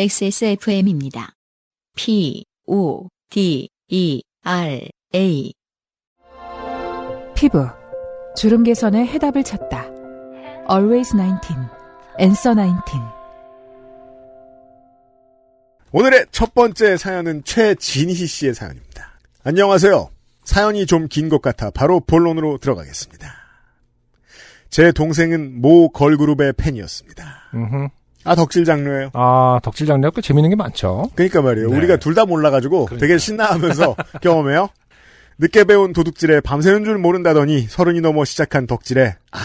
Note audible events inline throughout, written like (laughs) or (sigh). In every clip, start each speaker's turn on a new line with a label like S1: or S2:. S1: XSFM입니다. P, O, D, E, R, A.
S2: 피부 주름 개선의 해답을 찾다. Always 19, Answer 19.
S3: 오늘의 첫 번째 사연은 최진희 씨의 사연입니다. 안녕하세요. 사연이 좀 긴 것 같아 바로 본론으로 들어가겠습니다. 제 동생은 모 걸그룹의 팬이었습니다.
S4: 음흠.
S3: 아 덕질 장르예요.
S4: 아, 덕질 장르가 꽤 재밌는 게 많죠.
S3: 그러니까 말이에요.
S4: 네.
S3: 우리가 둘 다 몰라가지고 되게 신나하면서 경험해요. 늦게 배운 도둑질에 밤새는 줄 모른다더니 서른이 넘어 시작한 덕질에 아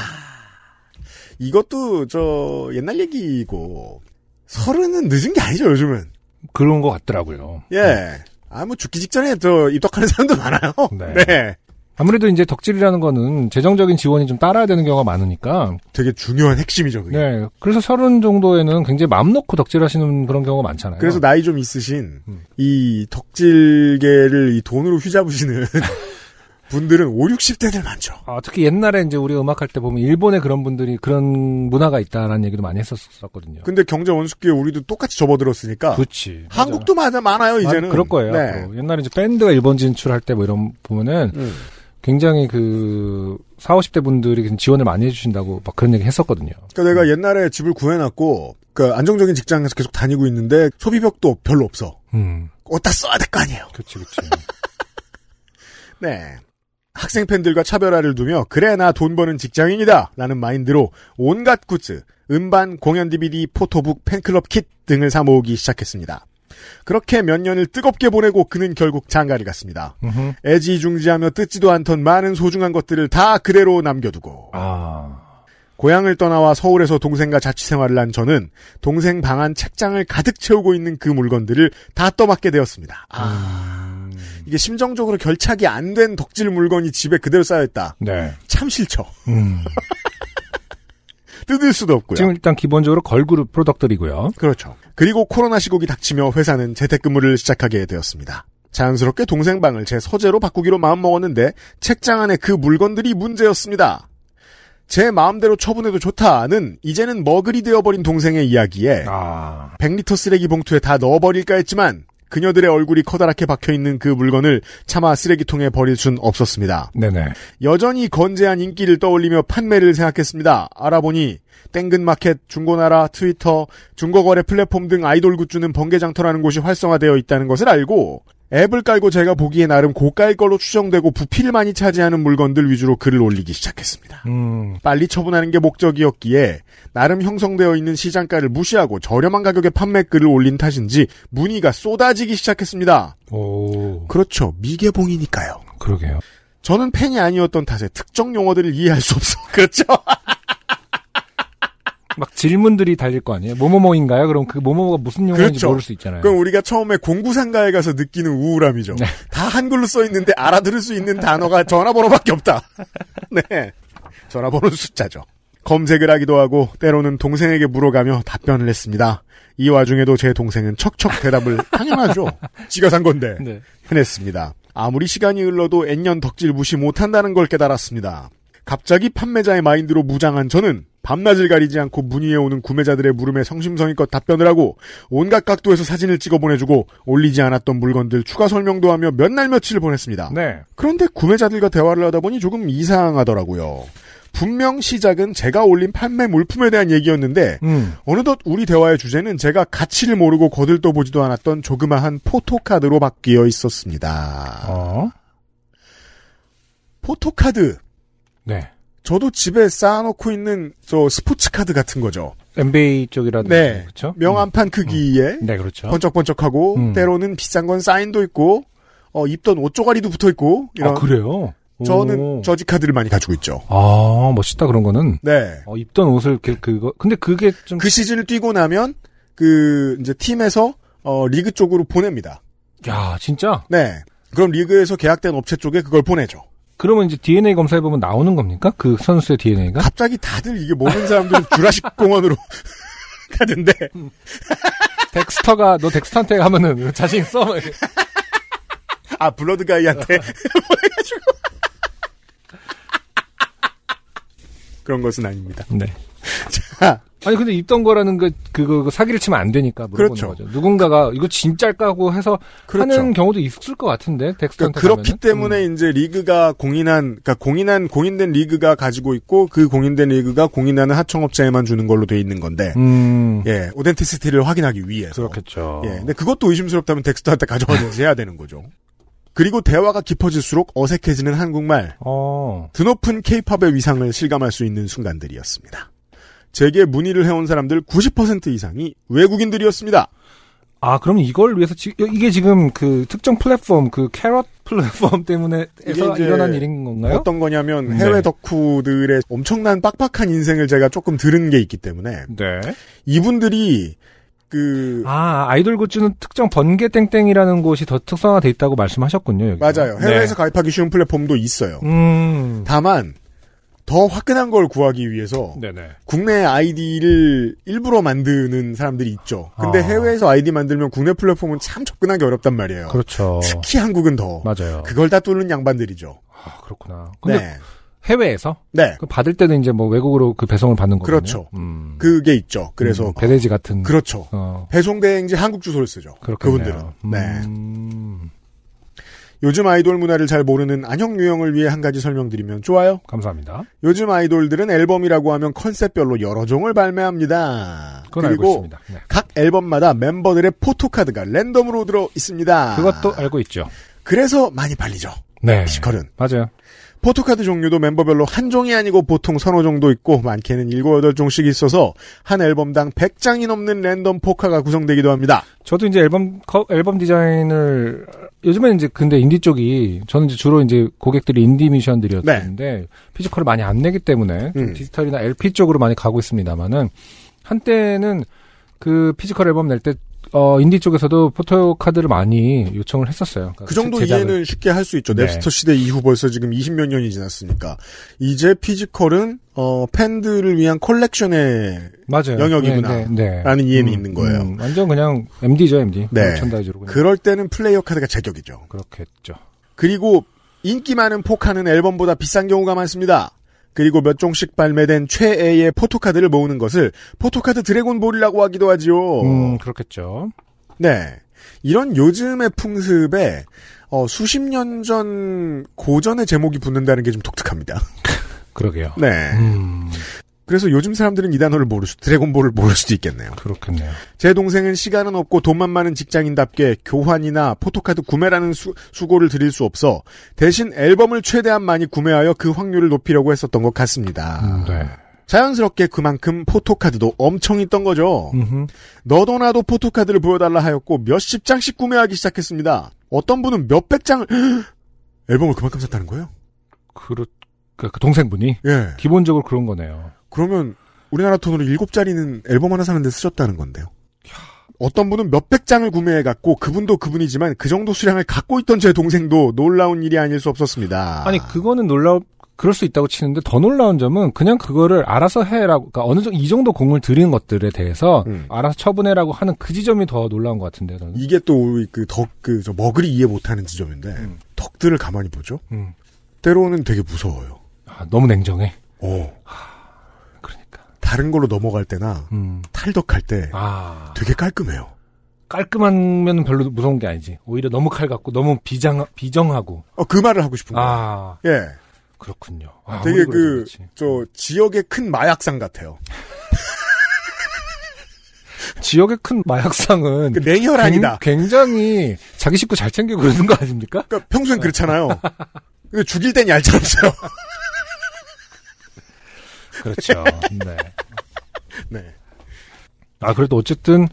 S3: 이것도 저 옛날 얘기고 서른은 늦은 게 아니죠 요즘은
S4: 그런 것 같더라고요.
S3: 예 아무 죽기 직전에 저 입덕하는 사람도 많아요. (laughs)
S4: 네.
S3: 네.
S4: 아무래도 이제 덕질이라는 거는 재정적인 지원이 좀 따라야 되는 경우가 많으니까.
S3: 되게 중요한 핵심이죠. 그게.
S4: 네. 그래서 서른 정도에는 굉장히 마음 놓고 덕질하시는 그런 경우가 많잖아요.
S3: 그래서 나이 좀 있으신
S4: 음.
S3: 이 덕질계를 이 돈으로 휘잡으시는 (laughs) 분들은 5, 60대들 많죠.
S4: 아, 특히 옛날에 이제 우리 음악할 때 보면 일본에 그런 분들이 그런 문화가 있다라는 얘기도 많이 했었었거든요.
S3: 근데 경제 원숙기에 우리도 똑같이
S4: 아,
S3: 접어들었으니까
S4: 그렇지.
S3: 그 한국도 많아, 많아요
S4: 맞아.
S3: 이제는.
S4: 아니, 그럴 거예요.
S3: 네.
S4: 또 옛날에 이제 밴드가 일본 진출할 때 뭐 이런 보면은
S3: 음.
S4: 굉장히 그 40, 50대 분들이 그냥 지원을 많이 해주신다고 막 그런 얘기 했었거든요.
S3: 그러니까 내가
S4: 음.
S3: 옛날에 집을 구해놨고 그 안정적인 직장에서 계속 다니고 있는데 소비벽도 별로 없어.
S4: 음.
S3: 어디다 써야 될 거 아니에요.
S4: 그렇지, 그렇지.
S3: 네. 학생 팬들과 차별화를 두며 그래 나 돈 버는 직장인이다 라는 마인드로 온갖 굿즈, 음반, 공연 DVD, 포토북, 팬클럽 킷 등을 사 모으기 시작했습니다. 그렇게 몇 년을 뜨겁게 보내고 그는 결국 장가를 갔습니다.
S4: 음흠.
S3: 애지중지하며 뜯지도 않던 많은 소중한 것들을 다 그대로 남겨두고
S4: 아,
S3: 고향을 떠나와 서울에서 동생과 자취 생활을 한 저는 동생 방안 책장을 가득 채우고 있는 그 물건들을 다 떠맡게 되었습니다. 아. 음. 이게 심정적으로 결착이 안 된 덕질 물건이 집에 그대로 쌓여있다.
S4: 네.
S3: 참 싫죠.
S4: 음.
S3: 뜯을 수도 없고요.
S4: 지금 일단 기본적으로 걸그룹 프로덕들이고요.
S3: 그렇죠. 그리고 코로나 시국이 닥치며 회사는 재택근무를 시작하게 되었습니다. 자연스럽게 동생 방을 제 서재로 바꾸기로 마음먹었는데 책장 안에 그 물건들이 문제였습니다. 제 마음대로 처분해도 좋다는 이제는 머글이 되어버린 동생의 이야기에
S4: 아,
S3: 100리터 쓰레기 봉투에 다 넣어버릴까 했지만 그녀들의 얼굴이 커다랗게 박혀있는 그 물건을 차마 쓰레기통에 버릴 순 없었습니다.
S4: 네네.
S3: 여전히 건재한 인기를 떠올리며 판매를 생각했습니다. 알아보니 땡근마켓, 중고나라, 트위터, 중고거래 플랫폼 등 아이돌 굿즈는 번개장터라는 곳이 활성화되어 있다는 것을 알고 앱을 깔고 제가 보기에 나름 고가일 걸로 추정되고 부피를 많이 차지하는 물건들 위주로 글을 올리기 시작했습니다.
S4: 음,
S3: 빨리 처분하는 게 목적이었기에 나름 형성되어 있는 시장가를 무시하고 저렴한 가격에 판매글을 올린 탓인지 문의가 쏟아지기 시작했습니다.
S4: 오,
S3: 그렇죠. 미개봉이니까요.
S4: 그러게요.
S3: 저는 팬이 아니었던 탓에 특정 용어들을 이해할 수 없어. (laughs) 그렇죠?
S4: 막 질문들이 달릴 거 아니에요? 뭐뭐뭐인가요? 그럼 그 뭐뭐가 무슨 용어인지
S3: 그렇죠.
S4: 모를 수 있잖아요.
S3: 그럼 우리가 처음에 공구상가에 가서 느끼는 우울함이죠. 다 한글로 써 있는데 알아들을 수 있는 단어가 전화번호밖에 없다. (laughs) 네. 전화번호 숫자죠. 검색을 하기도 하고 때로는 동생에게 물어가며 답변을 했습니다. 이 와중에도 제 동생은 척척 대답을 (laughs) 당연하죠. 지가 산 건데.
S4: 네.
S3: 해냈습니다. 아무리 시간이 흘러도 N년 덕질 무시 못한다는 걸 깨달았습니다. 갑자기 판매자의 마인드로 무장한 저는 밤낮을 가리지 않고 문의해오는 구매자들의 물음에 성심성의껏 답변을 하고 온갖 각도에서 사진을 찍어 보내주고 올리지 않았던 물건들 추가 설명도 하며 몇 날 며칠을 보냈습니다.
S4: 네.
S3: 그런데 구매자들과 대화를 하다 보니 조금 이상하더라고요. 분명 시작은 제가 올린 판매 물품에 대한 얘기였는데
S4: 음,
S3: 어느덧 우리 대화의 주제는 제가 가치를 모르고 거들떠보지도 않았던 조그마한 포토카드로 바뀌어 있었습니다.
S4: 어,
S3: 포토카드.
S4: 네.
S3: 저도 집에 쌓아놓고 있는 저 스포츠카드 같은 거죠.
S4: NBA 쪽이라든지.
S3: 네.
S4: 그렇죠?
S3: 명암판 크기에
S4: 음. 네, 그렇죠.
S3: 번쩍번쩍하고
S4: 음.
S3: 때로는 비싼 건 사인도 있고 어, 입던 옷 조가리도 붙어 있고 이런
S4: 아, 그래요? 오.
S3: 저는 저지 카드를 많이 가지고 있죠.
S4: 아, 멋있다, 그런 거는.
S3: 네.
S4: 어, 입던 옷을, 그, 그거. 근데 그게 좀.
S3: 그 시즌을 뛰고 나면 그 이제 팀에서 어, 리그 쪽으로 보냅니다.
S4: 야, 진짜?
S3: 네. 그럼 리그에서 계약된 업체 쪽에 그걸 보내죠.
S4: 그러면 이제 DNA 검사해보면 나오는 겁니까? 그 선수의 DNA가?
S3: 갑자기 다들 이게 모르는 사람들은 주라식 (laughs) 공원으로 가던데
S4: 덱스터가 너 덱스터한테 가면은 (laughs) 자신 있어? 막 이렇게.
S3: 아 블러드 가이한테 (laughs) 보내가지고 (laughs) 그런 것은 아닙니다.
S4: 네.
S3: 자
S4: 아니 근데 입던 거라는 그 그거 사기를 치면 안 되니까 물어보는
S3: 그렇죠.
S4: 거죠. 누군가가 이거 진짜일까 하고 해서
S3: 그렇죠.
S4: 하는 경우도 있을 것 같은데 덱스터한테
S3: 그러니까 그렇기
S4: 가면은.
S3: 때문에
S4: 음.
S3: 이제 리그가 공인한 그러니까 공인한 공인된 리그가 가지고 있고 그 공인된 리그가 공인하는 하청업체에만 주는 걸로 돼 있는 건데
S4: 음, 음,
S3: 예 오덴티시티를 확인하기 위해서
S4: 그렇겠죠.
S3: 예 근데 그것도 의심스럽다면 덱스터한테 가져가든지 해야 되는 거죠 그리고 대화가 깊어질수록 어색해지는 한국말
S4: 어,
S3: 드높은 케이팝의 위상을 실감할 수 있는 순간들이었습니다 제게 문의를 해온 사람들 90% 이상이 외국인들이었습니다
S4: 아 그럼 이걸 위해서 지, 이게 지금 그 특정 플랫폼 그 캐럿 플랫폼 (laughs) 때문에에서
S3: 이게 이제
S4: 일어난 일인 건가요?
S3: 어떤 거냐면
S4: 네.
S3: 해외 덕후들의 엄청난 빡빡한 인생을 제가 조금 들은 게 있기 때문에
S4: 네.
S3: 이분들이 그
S4: 아 아이돌 굿즈는 특정 번개 땡땡이라는 곳이 더 특성화돼 있다고 말씀하셨군요. 여기.
S3: 맞아요. 해외에서 가입하기 쉬운 플랫폼도 있어요.
S4: 네. 음.
S3: 다만 더 화끈한 걸 구하기 위해서
S4: 네네.
S3: 국내 아이디를 일부러 만드는 사람들이 있죠. 근데
S4: 아.
S3: 해외에서 아이디 만들면 국내 플랫폼은 참 접근하기 어렵단 말이에요.
S4: 그렇죠.
S3: 특히 한국은 더
S4: 맞아요.
S3: 그걸 다 뚫는 양반들이죠.
S4: 아, 그렇구나. 근데
S3: 네.
S4: 해외에서
S3: 네.
S4: 그 받을 때는 이제 뭐 외국으로 그 배송을 받는 거거든요.
S3: 그렇죠.
S4: 음.
S3: 그게 있죠. 그래서
S4: 음, 배대지 같은.
S3: 그렇죠.
S4: 어.
S3: 배송 대행지 한국 주소를 쓰죠.
S4: 그렇겠네요.
S3: 분들은 네.
S4: 음,
S3: 요즘 아이돌 문화를 잘 모르는 안형 유형을 위해 한 가지 설명드리면 좋아요.
S4: 감사합니다.
S3: 요즘 아이돌들은 앨범이라고 하면 컨셉별로 여러 종을 발매합니다.
S4: 그건 알고
S3: 그리고
S4: 있습니다. 네.
S3: 각 앨범마다 멤버들의 포토카드가 랜덤으로 들어 있습니다.
S4: 그것도 알고 있죠.
S3: 그래서 많이 팔리죠.
S4: 네.
S3: 피지컬은.
S4: 맞아요.
S3: 포토카드 종류도 멤버별로 한 종이 아니고 보통 서너 종도 있고 많게는 일곱 여덟 종씩 있어서 한 앨범당 100장이 넘는 랜덤 포카가 구성되기도 합니다.
S4: 저도 이제 앨범 커- 앨범 디자인을 요즘에는 이제 근데 인디 쪽이 저는 이제 주로 이제 고객들이 인디 뮤지션들이었는데 피지컬을 많이 안 내기 때문에 좀
S3: 네. 음.
S4: 디지털이나 LP 쪽으로 많이 가고 있습니다만은 한때는 그 피지컬 앨범 낼 때 어, 인디 쪽에서도 포토 카드를 많이 요청을 했었어요. 그러니까
S3: 그 정도
S4: 제작을.
S3: 이해는 쉽게 할 수 있죠.
S4: 네.
S3: 넵스터 시대 이후 벌써 지금 20몇 년이 지났으니까 이제 피지컬은 어, 팬들을 위한 콜렉션의
S4: 맞아요.
S3: 영역이구나.
S4: 네, 네, 네.
S3: 라는 이해는 있는 거예요.
S4: 완전 그냥 MD죠, MD.
S3: 네.
S4: 천다이즈로 그냥.
S3: 그럴 때는 플레이어 카드가 제격이죠.
S4: 그렇겠죠.
S3: 그리고 인기 많은 포카는 앨범보다 비싼 경우가 많습니다. 그리고 몇 종씩 발매된 최애의 포토카드를 모으는 것을 포토카드 드래곤볼이라고 하기도 하지요.
S4: 음, 그렇겠죠.
S3: 네. 이런 요즘의 풍습에 어, 수십 년 전 고전의 제목이 붙는다는 게 좀 독특합니다. (laughs)
S4: 그러게요.
S3: 네.
S4: 음,
S3: 그래서 요즘 사람들은 이 단어를 모를 수, 드래곤볼을 모를 수도 있겠네요.
S4: 그렇겠네요.
S3: 제 동생은 시간은 없고 돈만 많은 직장인답게 교환이나 포토카드 구매라는 수, 수고를 드릴 수 없어 대신 앨범을 최대한 많이 구매하여 그 확률을 높이려고 했었던 것 같습니다.
S4: 음, 네.
S3: 자연스럽게 그만큼 포토카드도 엄청 있던 거죠.
S4: 음흠.
S3: 너도 나도 포토카드를 보여달라 하였고 몇십 장씩 구매하기 시작했습니다. 어떤 분은 몇백 장을 (gasps) 앨범을 그만큼 샀다는 거예요?
S4: 그렇, 그, 그 동생분이
S3: 예.
S4: 기본적으로 그런 거네요.
S3: 그러면 우리나라 돈으로 일곱 자리는 앨범 하나 사는데 쓰셨다는 건데요. 어떤 분은 몇백 장을 구매해 갖고 그분도 그분이지만 그 정도 수량을 갖고 있던 제 동생도 놀라운 일이 아닐 수 없었습니다.
S4: 아. 니 그거는 놀라 그럴 수 있다고 치는데 더 놀라운 점은 그냥 그거를 알아서 해라고 그러니까 어느 정도 이 정도 공을 들인 것들에 대해서
S3: 음.
S4: 알아서 처분해라고 하는 그 지점이 더 놀라운 것 같은데 저는.
S3: 이게 또그덕그저 머글이 이해 못하는 지점인데 덕들을 가만히 보죠.
S4: 음.
S3: 때로는 되게 무서워요.
S4: 아, 너무 냉정해.
S3: 어
S4: 그러니까.
S3: 다른 걸로 넘어갈 때나
S4: 음.
S3: 탈덕할 때
S4: 아
S3: 되게 깔끔해요.
S4: 깔끔하면 별로 무서운 게 아니지. 오히려 너무 칼 같고 너무 비장 비정하고.
S3: 어, 그 말을 하고 싶은 거예요.
S4: 아
S3: 예,
S4: 그렇군요. 아,
S3: 되게
S4: 아무리 그래도
S3: 그
S4: 그렇지.
S3: 저 지역의 큰 마약상 같아요.
S4: 지역의 큰 마약상은
S3: 그 냉혈 아니다.
S4: 굉- 굉장히 자기 식구 잘 챙기고 그러는 거 아닙니까?
S3: 그러니까 평소엔
S4: (laughs)
S3: 그렇잖아요. 근데 죽일 땐 얄짤없어요. (laughs)
S4: 그렇죠. 네.
S3: 네.
S4: 아 그래도 어쨌든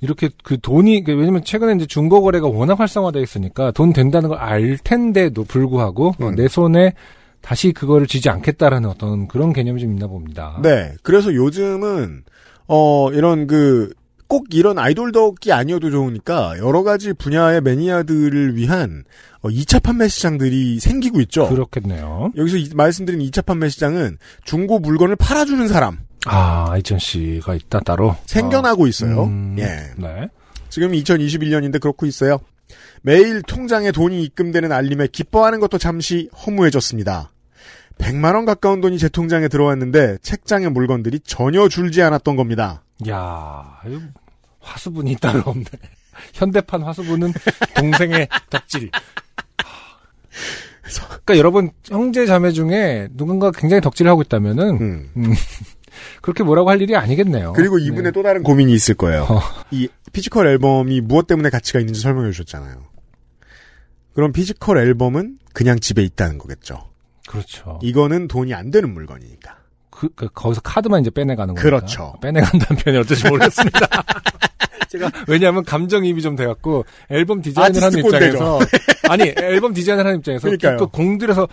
S4: 이렇게 그 돈이 그 왜냐면 최근에 이제 중고 거래가 워낙 활성화되어 있으니까 돈 된다는 걸 알 텐데도 불구하고
S3: 음.
S4: 내 손에 다시 그거를 쥐지 않겠다라는 어떤 그런 개념이 좀 있나 봅니다.
S3: 네. 그래서 요즘은 어 이런 그 꼭 이런 아이돌 덕이 아니어도 좋으니까 여러 가지 분야의 매니아들을 위한 어, 2차 판매 시장들이 생기고 있죠.
S4: 그렇겠네요.
S3: 여기서 이- 말씀드린 2차 판매 시장은 중고 물건을 팔아주는 사람
S4: 아 아이천 씨가 있다 따로
S3: 생겨나고 있어요.
S4: 음,
S3: 예.
S4: 네.
S3: 지금 2021년인데 그렇고 있어요. 매일 통장에 돈이 입금되는 알림에 기뻐하는 것도 잠시 허무해졌습니다. 100만 원 가까운 돈이 제 통장에 들어왔는데 책장의 물건들이 전혀 줄지 않았던 겁니다.
S4: 야 이거 화수분이 따로 없네. 현대판 화수분은 동생의 덕질. 그러니까 여러분 형제 자매 중에 누군가 굉장히 덕질을 하고 있다면은
S3: 음.
S4: 그렇게 뭐라고 할 일이 아니겠네요.
S3: 그리고 이분의 또 다른 고민이 있을 거예요.
S4: 어.
S3: 이 피지컬 앨범이 무엇 때문에 가치가 있는지 설명해 주셨잖아요. 그럼 피지컬 앨범은 그냥 집에 있다는 거겠죠.
S4: 그렇죠.
S3: 이거는 돈이 안 되는 물건이니까.
S4: 그, 그 거기서 카드만 이제 빼내가는 거니까.
S3: 그렇죠.
S4: 빼내간다는 (laughs) 표현이
S3: (laughs)
S4: 어떨지 모르겠습니다. 제가 왜냐하면 감정이입이 좀 돼갖고 앨범 디자인을 하는
S3: 아티스트
S4: 입장에서 아니 앨범 디자인을 하는 입장에서
S3: 그러니까요.
S4: 그 공들여서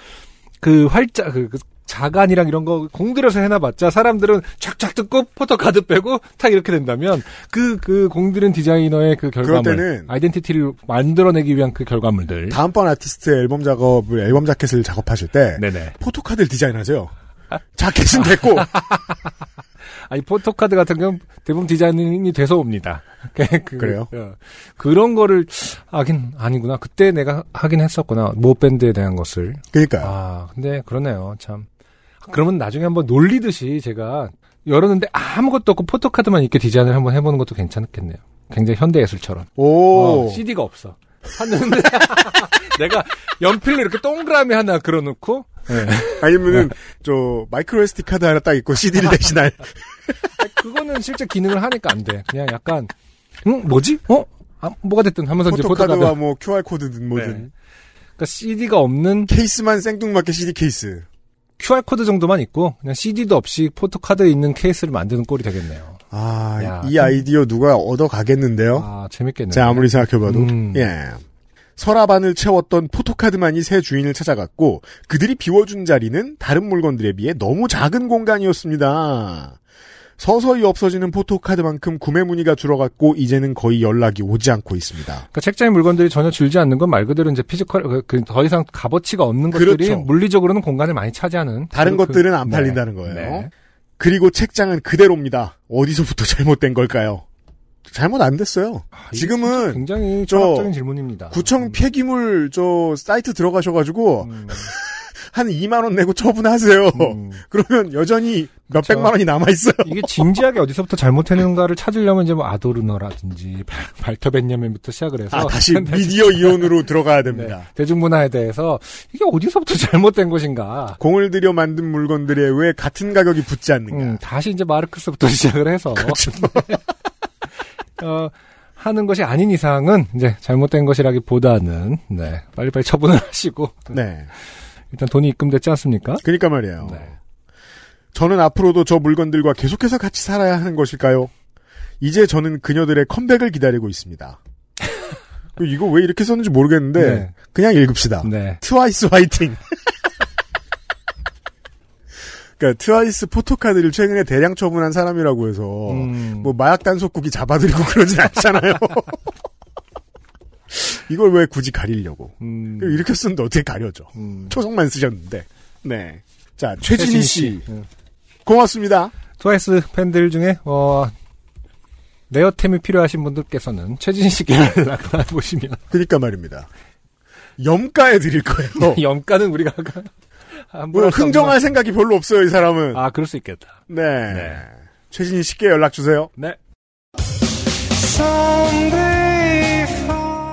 S4: 그 활자 그, 그 자간이랑 이런 거 공들여서 해놔봤자 사람들은 쫙쫙 뜯고 포토카드 빼고 탁 이렇게 된다면 그 그 공들인 디자이너의 그 결과물
S3: 때는
S4: 아이덴티티를 만들어내기 위한 그 결과물들
S3: 다음번 아티스트 앨범 작업을 앨범 자켓을 작업하실 때
S4: 네네
S3: 포토카드를 디자인하세요. 자켓은 됐고
S4: 아니 포토카드 같은 경우 대부분 디자인이 돼서 옵니다. (laughs) 그,
S3: 그래요?
S4: 어, 그런 거를 하긴 아니구나. 그때 내가 하긴 했었구나. 모 밴드에 대한 것을.
S3: 그러니까
S4: 아 근데 그러네요. 참. 그러면 나중에 한번 놀리듯이 제가 열었는데 아무것도 없고 포토카드만 있게 디자인을 한번 해보는 것도 괜찮겠네요. 굉장히 현대 예술처럼.
S3: 오
S4: CD가 없어. 샀는데 (laughs) 내가 연필로 이렇게 동그라미 하나 그려놓고
S3: 아니면은
S4: 네.
S3: 저 마이크로 SD 카드 하나 딱 있고
S4: (laughs)
S3: CD를 대신할
S4: 그거는 실제 기능을 하니까 안 돼. 그냥 약간, 응, 뭐지? 어? 아, 뭐가 됐든 하면서 이제 포토카드.
S3: 포토카드와
S4: 가
S3: 뭐 QR 코드든 뭐든
S4: 네. 그러니까 CD가 없는
S3: 케이스만 생뚱맞게 CD 케이스.
S4: QR코드 정도만 있고, 그냥 CD도 없이 포토카드에 있는 케이스를 만드는 꼴이 되겠네요.
S3: 아
S4: 야,
S3: 이 아이디어 누가 얻어 가겠는데요.
S4: 아, 재밌겠네.
S3: 제가 아무리 생각해봐도
S4: 음.
S3: 예 서랍안을 채웠던 포토카드만이 새 주인을 찾아갔고 그들이 비워준 자리는 다른 물건들에 비해 너무 작은 공간이었습니다. 서서히 없어지는 포토카드만큼 구매 문의가 줄어갔고 이제는 거의 연락이 오지 않고 있습니다.
S4: 그러니까 책장에 물건들이 전혀 줄지 않는 건 말 그대로 이제 피지컬, 그, 그, 더 이상 값어치가 없는 것들이
S3: 그렇죠.
S4: 물리적으로는 공간을 많이 차지하는.
S3: 다른
S4: 그-
S3: 것들은 안
S4: 네.
S3: 팔린다는 거예요.
S4: 네.
S3: 그리고 책장은 그대로입니다. 어디서부터 (laughs) 잘못된 걸까요? 잘못 안 됐어요.
S4: 아, 이게
S3: 지금은
S4: 굉장히
S3: 저
S4: 철학적인 질문입니다.
S3: 구청
S4: 음,
S3: 폐기물 저 사이트 들어가셔가지고 (laughs)
S4: 음,
S3: 한 2만 원 내고 처분하세요.
S4: 음.
S3: 그러면 여전히 몇
S4: 그쵸.
S3: 백만 원이 남아 있어요.
S4: 그렇죠. 이게 진지하게 어디서부터 잘못했는가를 찾으려면 이제 뭐 아도르너라든지 발- 발터 벤야민부터 시작을 해서
S3: 아
S4: (laughs)
S3: 다시 미디어 이론으로 들어가야 됩니다.
S4: 네, 대중문화에 대해서 이게 어디서부터 (laughs) 잘못된 것인가.
S3: 공을 들여 만든 물건들에 왜 같은 가격이 붙지 그렇죠. 않는가?
S4: 음, 그렇죠. 다시 이제 마르크스부터 (laughs) 시작을 해서 어, 하는 것이 아닌 이상은 이제 잘못된 것이라기보다는 네, 빨리빨리 처분을 (laughs) 하시고
S3: (laughs) 네.
S4: 일단 돈이 입금됐지 않습니까?
S3: 그러니까 말이에요.
S4: 네.
S3: 저는 앞으로도 저 물건들과 계속해서 같이 살아야 하는 것일까요? 이제 저는 그녀들의 컴백을 기다리고
S4: (laughs)
S3: 있습니다. 이거 왜 이렇게 썼는지 모르겠는데
S4: 네.
S3: 그냥 읽읍시다.
S4: 네.
S3: 트와이스 화이팅. (laughs) 그러니까 트와이스 포토카드를 최근에 대량 처분한 사람이라고 해서
S4: 음,
S3: 뭐 마약 단속국이 잡아들이고 (laughs) 그러진 않잖아요. 이걸 왜 굳이 가리려고?
S4: 음,
S3: 이렇게 쓰는데 어떻게 가려져?
S4: 음.
S3: 초성만 쓰셨는데. 네. 자 최진희 씨
S4: 음.
S3: 고맙습니다.
S4: 트와이스 팬들 중에 어 레어템이 필요하신 분들께서는 최진 씨께 (laughs) 연락을 해보시면
S3: 그러니까 말입니다. (laughs) 염가해 드릴 거예요.
S4: 염가는 우리가 (laughs) 아까 함부로
S3: 뭐
S4: 할수 없는
S3: 흥정할 생각이 별로 없어요 이 사람은.
S4: 거- 아 그럴 수 있겠다.
S3: 네.
S4: 네.
S3: 최진희 씨께 연락 주세요.
S4: 네.